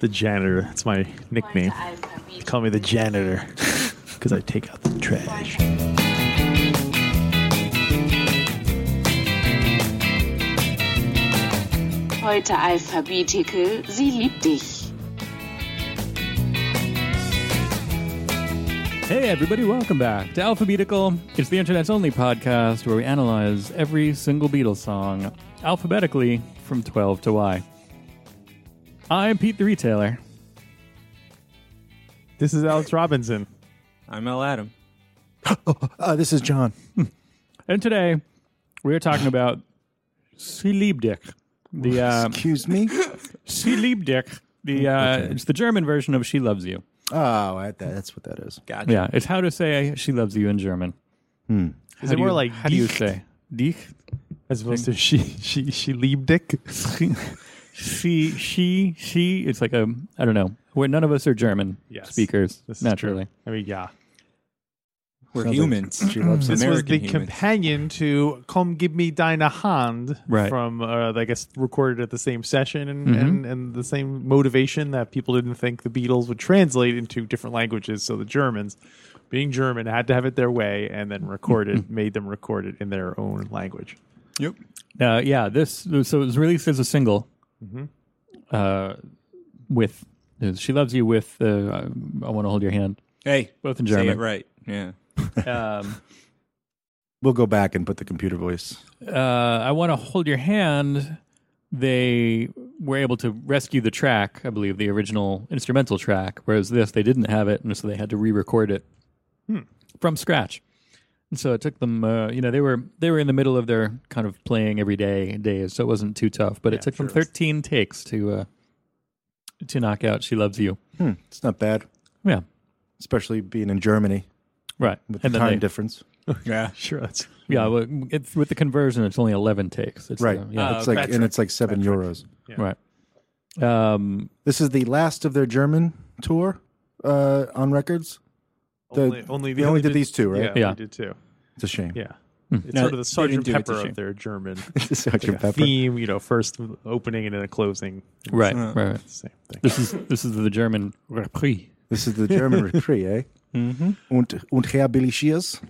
The janitor. That's my nickname. Call me the janitor because I take out the trash. Heute Alphabetical, sie liebt dich. Hey, everybody, welcome back to Alphabetical. It's the internet's only podcast where we analyze every single Beatles song alphabetically from 12 to Y. I'm Pete the Retailer. This is Alex Robinson. I'm El Adam. Uh, this is John. And today, we are talking about Sliebdick. The Um, uh, Excuse me. Sliebdick. The uh, it's the German version of "She Loves You." Oh, I, that, that's what that is. Gotcha. Yeah, it's how to say "She loves you" in German. Is How it do more you- like how do you Dick say "Dich"? as opposed to she she she liebdick? she she she it's like a i don't know where none of us are german Yes. speakers This is naturally I mean, yeah. We're Sounds like humans. She loves This it. was American the humans. companion to "Come Give Me Thine Hand" Right. from uh, I guess recorded at the same session and, Mm-hmm. and and the same motivation that people didn't think the Beatles would translate into different languages. So the Germans, being German, had to have it their way, and then recorded made them record it in their own language. Yep. uh, yeah this so it was released as a single Mm-hmm. uh, with she loves you with uh, i want to hold your hand Hey, both in say german it right. Yeah. um, We'll go back and put the computer voice. uh, i want to hold your hand they were able to rescue the track i believe the original instrumental track whereas this they didn't have it and so they had to re-record it Hmm. from scratch. And so it took them, uh, you know, they were they were in the middle of their kind of playing every day days, so it wasn't too tough. But it took them 13 takes to uh, to knock out "She Loves You." Hmm, It's not bad, Yeah, especially being in Germany right. with the time they- difference. Yeah. Sure, that's yeah, well, it's, with the conversion, it's only 11 takes. It's, Right. Ah, uh, yeah, it's like and Patrick. it's like seven euros. right. Um, This is the last of their German tour uh, on records. The- only only they only did these two, right? Yeah, Yeah. they did two. It's a shame. Yeah. It's Hmm. No, sort of the they didn't Sergeant do it, Pepper did you? of their German Sgt. Pepper. theme, you know, first opening and then a closing. right, right, uh, right. Same thing. This is this is the German repris. This is the German repree, eh? Mm-hmm. Und und Herr Billy Shears.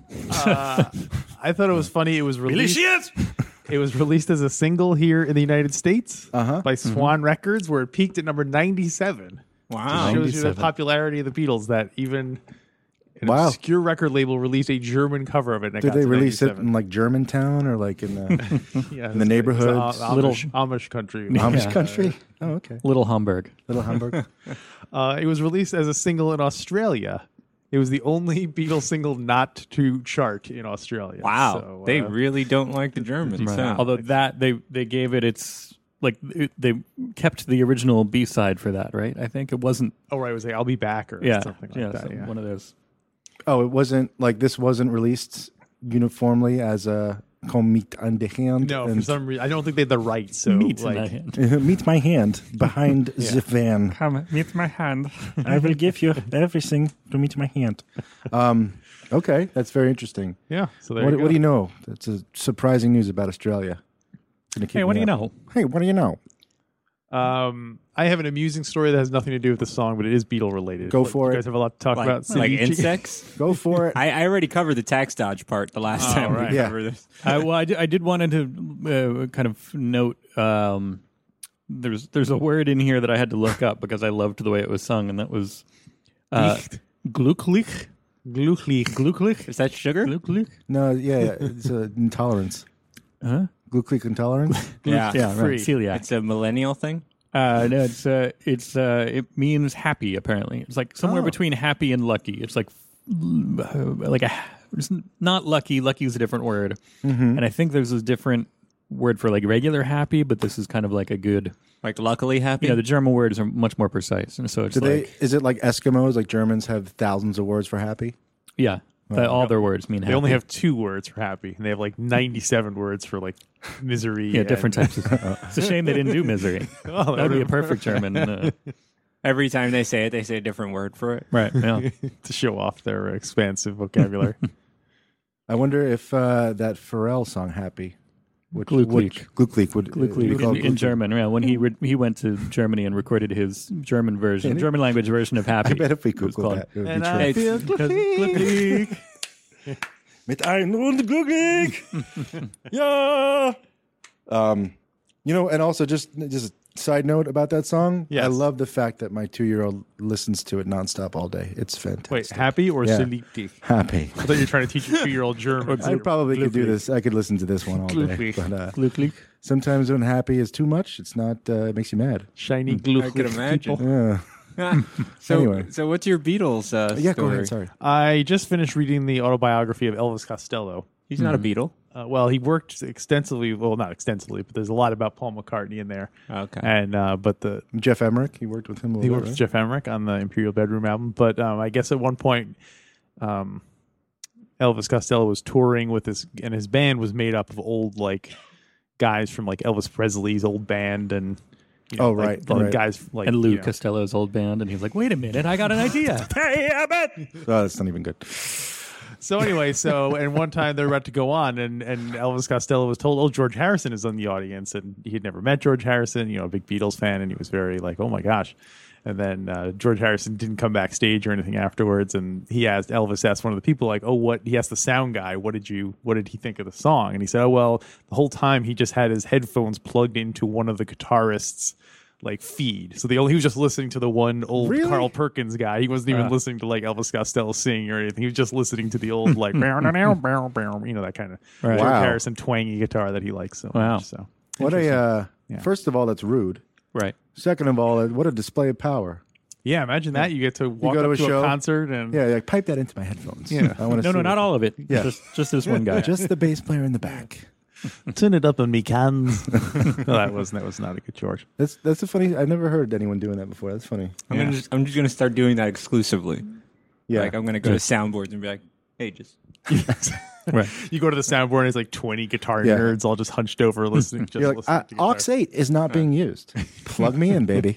I thought it Mm. was funny. It was released. Delicious. It was released as a single here in the United States Uh-huh. by Swan Records, where it peaked at number ninety-seven. Wow. Shows you the 97. popularity of the Beatles that even an Wow. obscure record label released a German cover of it. And it Did got they to release it 97. in like Germantown or like in the yeah, the neighborhoods? little Little- Amish, Amish country? Amish Yeah. country? Oh, okay. Little Hamburg. Little Hamburg. Uh, it was released as a single in Australia. It was the only Beatles single not to chart in Australia. Wow. So, they uh, really don't like the Germans. huh? Although that they they gave it its like it, they kept the original B side for that, right? I think it wasn't oh, right, it was like I'll be back or yeah something like yeah, that. some- yeah. one of those. Oh, it wasn't like this wasn't released uniformly as a come meet on the hand. No, for and- some reason, I don't think they had the right. So, Meat in my like, hand. meet my hand behind the van. Come meet my hand. I will give you everything to meet my hand. Um, okay, that's very interesting. yeah. So there What, you go. what do you know? That's a surprising news about Australia. It's gonna keep hey, what do me you up. know? Hey, what do you know? Um, I have an amusing story that has nothing to do with the song, but it is Beatle related. Go Like, for you it. guys have a lot to talk like, about. like Cindy Chi- insects. Go for it. I, I already covered the tax dodge part the last time Oh, right. we Yeah. covered this. I, well, I did, I did wanted to uh, kind of note um, there's there's a word in here that I had to look up because I loved the way it was sung, and that was uh, glücklich. Glücklich. Glücklich. Is that sugar? Glücklich. No, yeah, yeah, it's a intolerance. Huh? Glucose intolerance. Yeah. Yeah, right. Celiac. It's a millennial thing. Uh, no, it's uh, it's uh, it means happy. Apparently, it's like somewhere Oh. between happy and lucky. It's like uh, like a it's not lucky. Lucky is a different word, and I think there's a different word for like regular happy, but this is kind of like a good. Like luckily happy. You know, the German words are much more precise, and so it's Do like they? Is it like Eskimos? Like Germans have thousands of words for happy. yeah, that all their words mean. They only have two words for happy, and they have like 97 words for like misery. yeah and- different types. of... It's a shame they didn't do misery. that would be a perfect German. Uh, Every time they say it, they say a different word for it. right. Yeah. to show off their expansive vocabulary. I wonder if uh, that Pharrell song "Happy" Which, Glücklich. which- Glücklich would uh, Glücklich we call in, it in German. Yeah, when he re- he went to Germany and recorded his German version, German language version of Happy. I bet if we it was Google called. that, it would be And true. I It's- feel glitzy. Mit ein und glücklich. yeah. Um, you know, and also just just a side note about that song. Yes. I love the fact that my two year old listens to it nonstop all day. It's fantastic. Wait, happy or Yeah. sleepy? Happy. I thought you were trying to teach a two-year-old German. I probably could do Glücklich. this. I could listen to this one all day. Glücklich. But uh, Glücklich. sometimes when happy is too much, it's not. Uh, it makes you mad. Shiny glue. I could imagine. Ah, Yeah. so, Anyway. so what's your Beatles uh, yeah. Go story? ahead. Sorry. I just finished reading the autobiography of Elvis Costello. Hmm. He's not a Beatle. Uh, well, he worked extensively. Well, not extensively, but there's a lot about Paul McCartney in there. Okay. And uh, but the Jeff Emmerich. He worked with him a little. he bit, worked with right? Jeff Emmerich on the Imperial Bedroom album. But um, I guess at one point, um, Elvis Costello was touring with his, and his band was made up of old like guys from like Elvis Presley's old band and you know, Oh, like, right, like, right. guys like And Lou you know, Costello's old band, and he's like, "Wait a minute, I got an idea." Oh, that's not even good. So anyway, so and one time they're about to go on, and and Elvis Costello was told, "Oh, George Harrison is in the audience," and he had never met George Harrison, you know, a big Beatles fan, and he was very like, "Oh my gosh." And then uh, George Harrison didn't come backstage or anything afterwards, and he asked Elvis asked one of the people like, "Oh, what?" He asked the sound guy, "What did you? What did he think of the song?" And he said, "Oh, well, the whole time he just had his headphones plugged into one of the guitarists." Like feed, so the only he was just listening to the one old Really? Carl Perkins guy. He wasn't even listening to like Elvis Costello sing or anything. He was just listening to the old like bow, now, now, bow, bow, you know that kind of George Wow. Harrison twangy guitar that he likes so Wow. much. So What a. Uh, Yeah. First of all, that's rude. right. Second of all, what a display of power. yeah, imagine that you get to walk go up to to, a a, show. concert and Yeah, like pipe that into my headphones. Yeah, I want to. No, no, not all of it. Yeah. Just just this one guy. Just the bass player in the back. turn it up on me cans. no, that wasn't that was not a good George. That's that's a funny. I've never heard anyone doing that before. That's funny. I'm, gonna just, I'm just gonna start doing that exclusively. Yeah, Like I'm gonna go to soundboards and be like, hey, just right. You go to the soundboard and it's like twenty guitar Yeah. nerds all just hunched over listening. Just you're like listening uh, to guitar. aux eight is not being used. Plug me in, baby.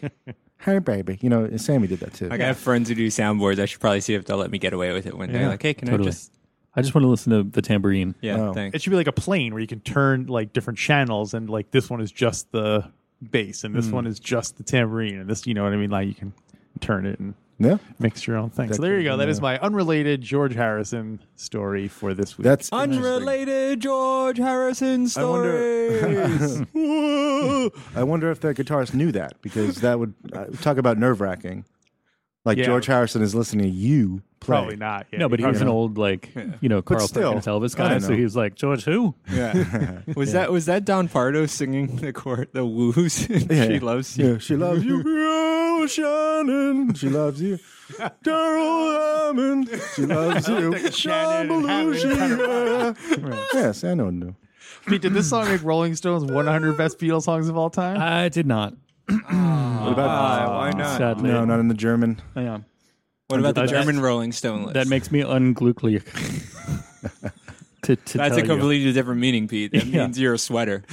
Hey, baby. You know, Sammy did that too. like I have friends who do soundboards. I should probably see if they'll let me get away with it one day. Yeah, like, hey, can totally. I just I just want to listen to the tambourine. yeah, Wow. thanks. It should be like a plane where you can turn like different channels and like this one is just the bass and this Hmm. one is just the tambourine and this you know what I mean like you can turn it and Yeah, mix your own thing. That So there you could go. be That the- is my unrelated George Harrison story for this week. that's Unrelated George Harrison I wonder. stories. I wonder if the guitarist knew that because that would uh, talk about nerve wracking. Like Yeah. George Harrison is listening to you play. probably not. Yeah, No, but he was an old like you know Carl still, Perkins Elvis I guy, don't so know. he was like George who? Yeah, was that was that Don Pardo singing the court the woos? she loves you. Yeah, she loves you, Bill Shannon. She loves you, Daryl Hammond. She loves you, John Shannon and Hammond Belushi. Yeah. Yes, I know. No. Pete, did this song make Rolling Stones 100 best Beatles songs of all Uh, time? I did not. What Ah, about? Ah, why not? Sadly, no, not in the German. Yeah. What about the That- German Rolling Stone list? That makes me unglücklich. to, to that's tell a you. completely different meaning, Pete. That Yeah. means you're a sweater.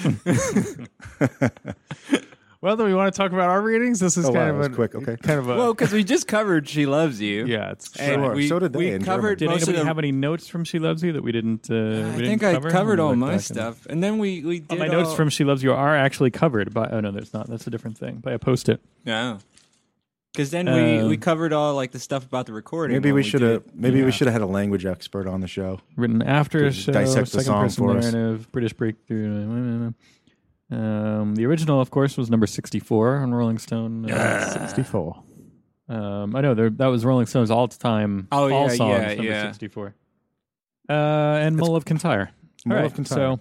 Well, then we want to talk about our readings. This is Oh, kind wow, of that was an- quick. Okay. kind of a well, because we just covered "She Loves You." yeah. It's and Sure, we, so did they we in covered Did most of anybody the- have any notes from She Loves You that we didn't? Uh, I we think didn't I cover? covered all Look my back and- Oh, stuff, and then we we did My all- notes from She Loves You are actually covered by. Oh no, that's not. That's a different thing. By a post it. yeah. Because then Um, we we covered all like the stuff about the recording. Maybe when we should have. did- Maybe we should have had a language expert on the show. Written after a Just show, dissect the second song person for us. narrative, British breakthrough. Um, the original, of course, was number sixty-four on Rolling Stone. Uh, 64. Um, I know there, that was Rolling Stones all time. Oh, all yeah, songs, yeah, number yeah. 64. Uh, and Mull of Kintyre. Mull All of Kintyre. So,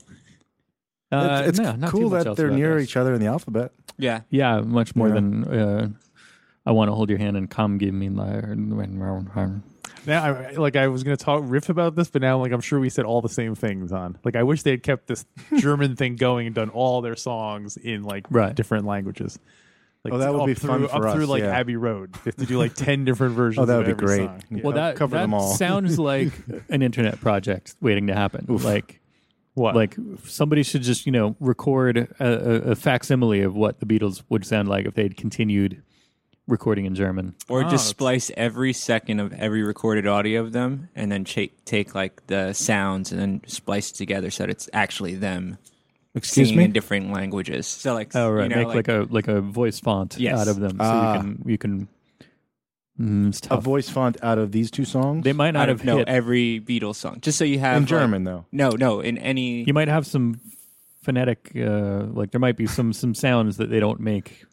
uh, it's it's no, not too cool much that else they're about near this. each other in the alphabet. Yeah, Yeah, much more Yeah. than uh, I want to hold your hand and come give me. li- Now, I, like I was going to talk riff about this, but now, like I'm sure we said all the same things on. Like I wish they had kept this German thing going and done all their songs in like Right. different languages. Like, Oh, that would up be through, fun for up through us, like yeah. Abbey Road. They have to do like ten different versions. Oh, that of would be every great. song. Yeah. Well, that, cover that them all. sounds like an internet project waiting to happen. Like, What? like somebody should just you know record a, a, a facsimile of what the Beatles would sound like if they'd continued recording in German. Oh, or just that's- splice every second of every recorded audio of them, and then cha- take like the sounds and then splice it together so that it's actually them Excuse singing me? in different languages. So like, Oh right, you know, make like, a like a voice font Yes. out of them, so Ah. you can you can. Mm, it's A tough. voice font out of these two songs? They might out not of have no hit. every Beatles song, just so you have uh, in like- German, though. No, no, in any you might have some phonetic, uh, like there might be some some sounds that they don't make.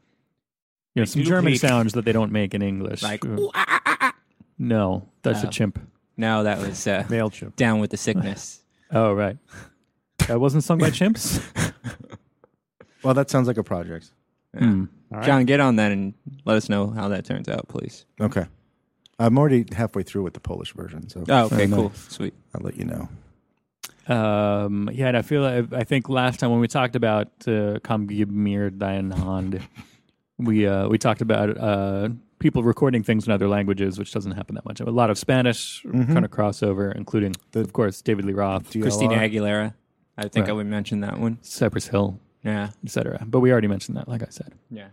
You know, some German duplicate. sounds that they don't make in English. like. Uh, ooh, ah, ah, ah, ah. no, that's Oh. a chimp. No, that was uh, Mailchimp. down with the sickness. Oh right, that wasn't sung by chimps. Well, that sounds like a project. Hmm. All John, get on that and let us know how that turns out, please. Okay. I'm already halfway through with the Polish version, so Oh, okay, I don't know. cool, sweet. I'll let you know. Um, yeah, and I feel I, I think last time when we talked about uh, "Come Give Me Your Dein Hand," we uh, we talked about uh, people recording things in other languages, which doesn't happen that much. A lot of Spanish Mm-hmm. kind of crossover, including of course David Lee Roth, DLR. Christina Aguilera. I think Right. I would mention that one. Cypress Hill, Yeah, etc. But we already mentioned that, like I said. yeah.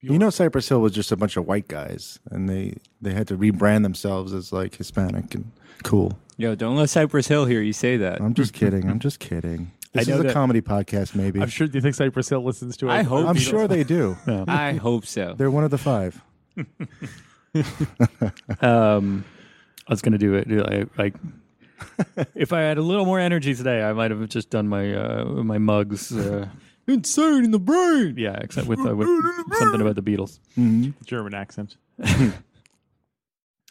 You know, Cypress Hill was just a bunch of white guys, and they they had to rebrand themselves as like Hispanic and cool. Yo, don't let Cypress Hill hear you say that. I'm just kidding. I'm just kidding. I This know is a that- comedy podcast, maybe. I'm sure. Do you think Cypress Hill listens to it? I hope I'm Beatles. sure they do. I hope so. They're one of the five. Um, I was gonna do it like. like if I had a little more energy today, I might have just done my uh, my mugs. Uh, Insane in the brain. yeah, except with, uh, with something about the Beatles. German accent.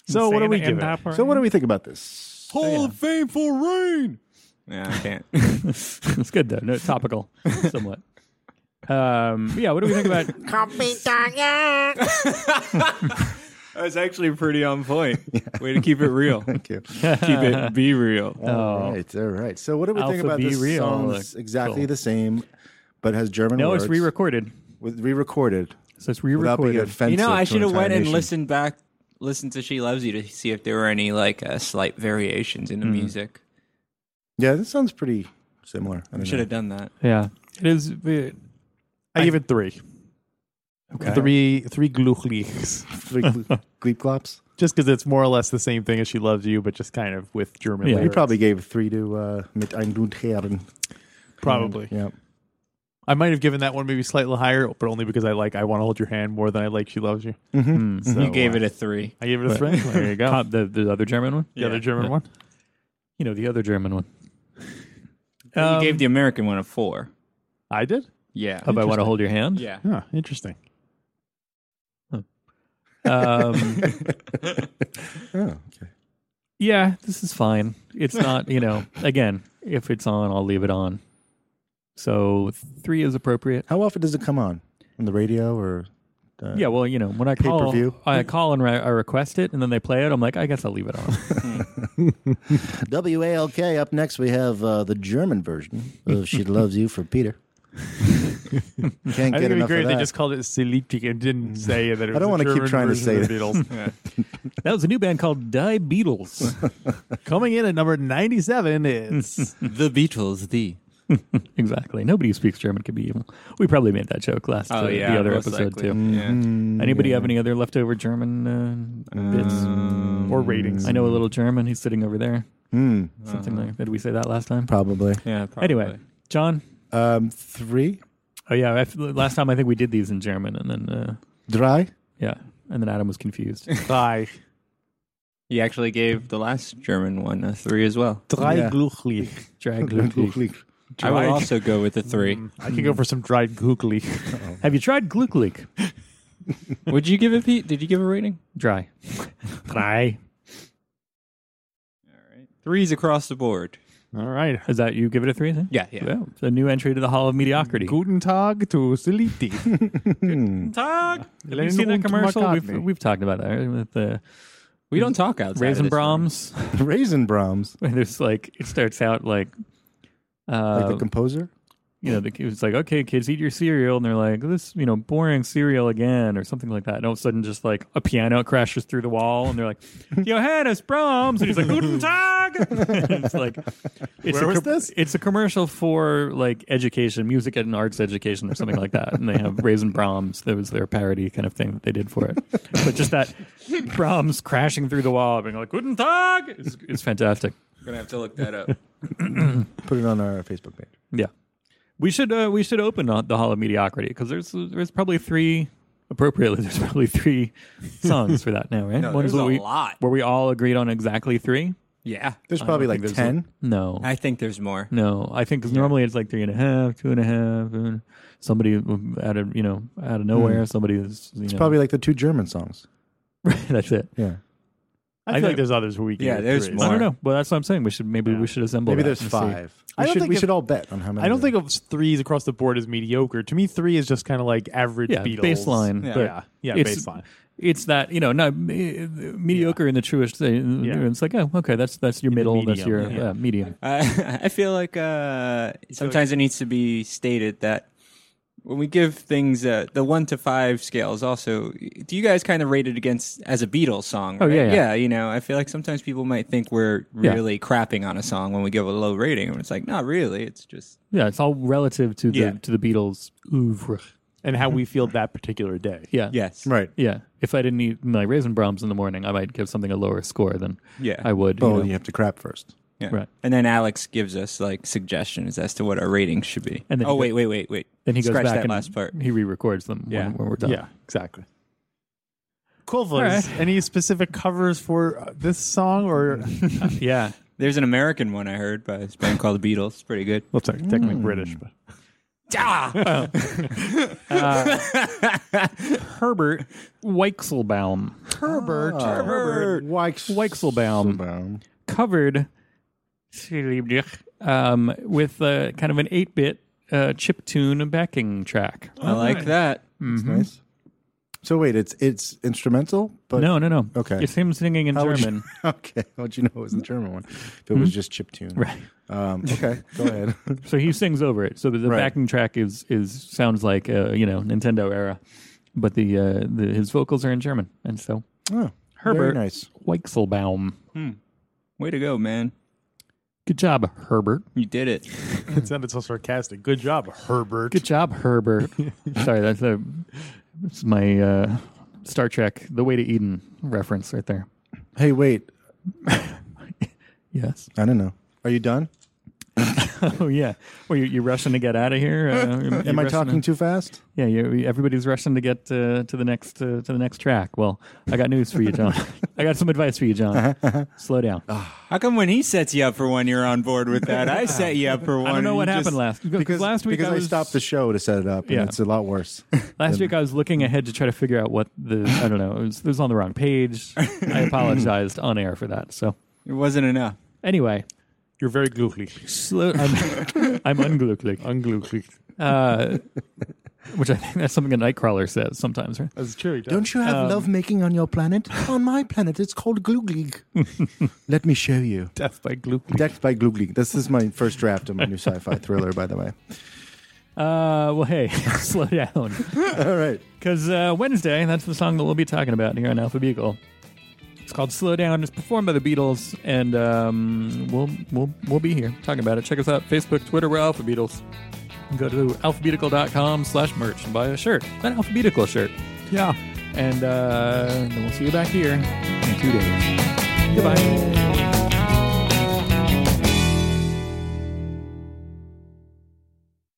so what do we give it? So, what do we think about this? Hall of Fame for rain. Yeah, I can't. It's good though. No, topical, somewhat. Um, yeah. What do we think about? That's actually pretty on point. Way to keep it real. keep Thank you. it be real. All right, all right. So, what do we think Alpha about B this? Real. Sounds exactly Cool. the same, but has German no, words. it's re-recorded. with re-recorded So it's without being re-recorded. offensive. you know, I to an should have entire went and nation. listened back, listened to "She Loves You" to see if there were any like uh, slight variations in the music. Yeah, this sounds pretty similar. I don't Should know. have done that. Yeah, it is. uh, I give it three. Okay. Three three Gluchlichs. Three gl- gleep glops. Just because it's more or less the same thing as she loves you, but just kind of with German. Yeah. lyrics. You probably gave three to uh, mit ein und Herren. probably. Yeah. I might have given that one maybe slightly higher, but only because I like I want to hold your hand more than I like she loves you. Mm-hmm. Mm. So, you gave uh, it a three. I gave it a three. there you go. Top- Hmm. the the other German one. The other German one. You know, the other German one. you gave the American one a four. I did. Yeah. How about I want to hold your hand? yeah. Huh, interesting. Um, Oh, okay. yeah, this is fine. It's not, you know, again, if it's on, I'll leave it on. So three is appropriate. How often does it come on on the radio or? Uh, Yeah, well, you know, when I call, Pay-per-view. I call and re- I request it, and then they play it. I'm like, I guess I'll leave it on. WALK. Up next, we have uh, the German version of "She Loves You" for Peter. Can't I get think it'd be enough great. of if They that. Mm. just called it Celtic and didn't say that. It was I don't want wanna to keep trying to say the Beatles. that was a new band called Die Beatles. Coming in at number ninety-seven is The Beatles, the. exactly. Nobody who speaks German could be evil. We probably made that joke last Oh uh, yeah, the other most episode likely. too. Mm-hmm. Yeah. Anybody have any other leftover German uh, bits? Um, or ratings. I know a little German. He's sitting over there. Hmm. Something like did we say that last time? probably Yeah. Probably. Anyway, John. um, three. Oh yeah, I f- last time I think we did these in German, and then uh, Dry. yeah, and then Adam was confused. Drei, you actually gave the last German one a three as well. drei Yeah. Gluchlich. Drag I would also go with a three. Mm. I could go for some dried Gluchlich. Have you tried Gluck Leak? would you give it, Pete? Did you give a rating? Dry. Dry. Threes across the board. All right. Is that you give it a three? Then? Yeah, yeah. Well, it's a new entry to the Hall of Mediocrity. Guten Tag to Celiti. Tag. Have you Lennon seen that und commercial? We've, McCartney. we've talked about that right? with the We don't talk outside. of Raisin this room. Brahms. Raisin Brahms, where There's like it starts out like, like uh, the composer. you know, the, it's like okay, kids, eat your cereal, and they're like this, you know, boring cereal again, or something like that. And all of a sudden, just like a piano crashes through the wall, and they're like, Johannes Brahms, and he's like, Guten Tag. it's like, it's Where a was com- this? It's a commercial for like education, music and arts education, or something like that. And they have Raisin Brahms. That was their parody kind of thing that they did for it. but just that Brahms crashing through the wall, being like, Guten Tag, is, is fantastic. Gonna have to look that up. Put it on our Facebook page. Yeah. We should uh, we should open on the Hall of Mediocrity because there's there's probably three appropriately there's probably three songs for that now, right? No, One's there's what a we- lot. Where we all agreed on exactly three. Yeah. There's probably like ten. No, I think there's more. no. I think 'cause normally it's like three and a half, two and a half, and somebody um, out of you know out of nowhere. Somebody is you know, Probably like the two German songs. that's it. Yeah, I I feel think- like there's others who we can. Yeah, get there's through. more. I don't know. Well, that's what I'm saying. We should maybe Yeah. we should assemble. maybe that there's and see. five. I We don't should think we if- should all bet on how many. I don't there think of threes across the board as mediocre. To me, three is just kind of like average Yeah, Beatles. baseline. Yeah. but Yeah, yeah, It's- baseline. It's that you know, no me- mediocre in the truest. thing. Yeah. It's like oh, okay, that's that's your middle, that's medium, your yeah. uh, medium. I, I feel like uh, sometimes it needs to be stated that when we give things uh, the one to five scales, also, do you guys kind of rate it against as a Beatles song? Oh, right? yeah, yeah. You know, I feel like sometimes people might think we're Yeah. really crapping on a song when we give a low rating, and it's like not really. It's just Yeah, it's all relative to the Yeah. to the Beatles oeuvre. And how we feel that particular day. Yeah, yes, Right. yeah. If I didn't eat my raisin brahms in the morning, I might give something a lower score than Yeah. I would. you Oh, know. you have to crap first. Yeah. Right. And then Alex gives us like suggestions as to what our ratings should be. And then oh he wait, wait, wait, wait. Then he goes Scratch back that and last part. he re-records them Yeah. when, when we're done. Yeah, exactly. Cool right. voice. Any specific covers for uh, this song or yeah. There's an American one I heard by this band called the Beatles. It's pretty good. well, it's technically British, but Herbert Weichselbaum. Herbert Herbert Weichselbaum. Weichselbaum. covered um, with uh, kind of an 8 bit uh, chip tune backing track. I like that. It's nice. So wait, it's it's instrumental, but No, no, no. Okay. It's him singing in How would you- German. okay, how'd you know it was the German one? If it was just chip tune, Right. Um, okay, go ahead. So he sings over it. So the, the Right. backing track is is sounds like uh, you know Nintendo era, but the, uh, the his vocals are in German, and so oh, Herbert very nice. Weichselbaum. Way to go, man. Good job, Herbert. You did it. it sounded so sarcastic. Good job, Herbert. Good job, Herbert. Sorry, that's a that's my uh, Star Trek: The Way to Eden reference right there. Hey, wait, Yes. I don't know. Are you done? Oh yeah. Well, you, you rushing to get out of here? Uh, you- you Am I rushing talking To, too fast? yeah, you, everybody's rushing to get uh, to the next uh, to the next track. Well, I got news for you, John. I got some advice for you, John. Slow down. How come when he sets you up for one, you're on board with that? I set you up for one. I don't know and what you happened just- last because, last week because I, I, was, stopped the show to set it up, and Yeah. it's a lot worse. Last week I was looking ahead to try to figure out what the I don't know it was, it was on the wrong page. I apologized on air for that. So It wasn't enough. anyway, You're very glooky. slow, I'm, I'm unglücklich, Unglooky. uh, which I think that's something a Nightcrawler says sometimes, right? That's true. he does. you have love making on your planet? on my planet, it's called Gluglig. Let me show you. death by glooky. Decked by Gluglig. This is my first draft of my new sci-fi thriller, by the way. Uh, well, hey, slow down. All right. Because uh, Wednesday, that's the song that we'll be talking about here on Alphabetical. It's called "Slow Down." It's performed by the Beatles, and um, we'll we'll we'll be here talking about it. Check us out: Facebook, Twitter. We're Alpha Beatles. Go to alphabetical.com/slash/merch and buy a shirt, an alphabetical shirt. Yeah, and uh, then we'll see you back here in two days. Goodbye.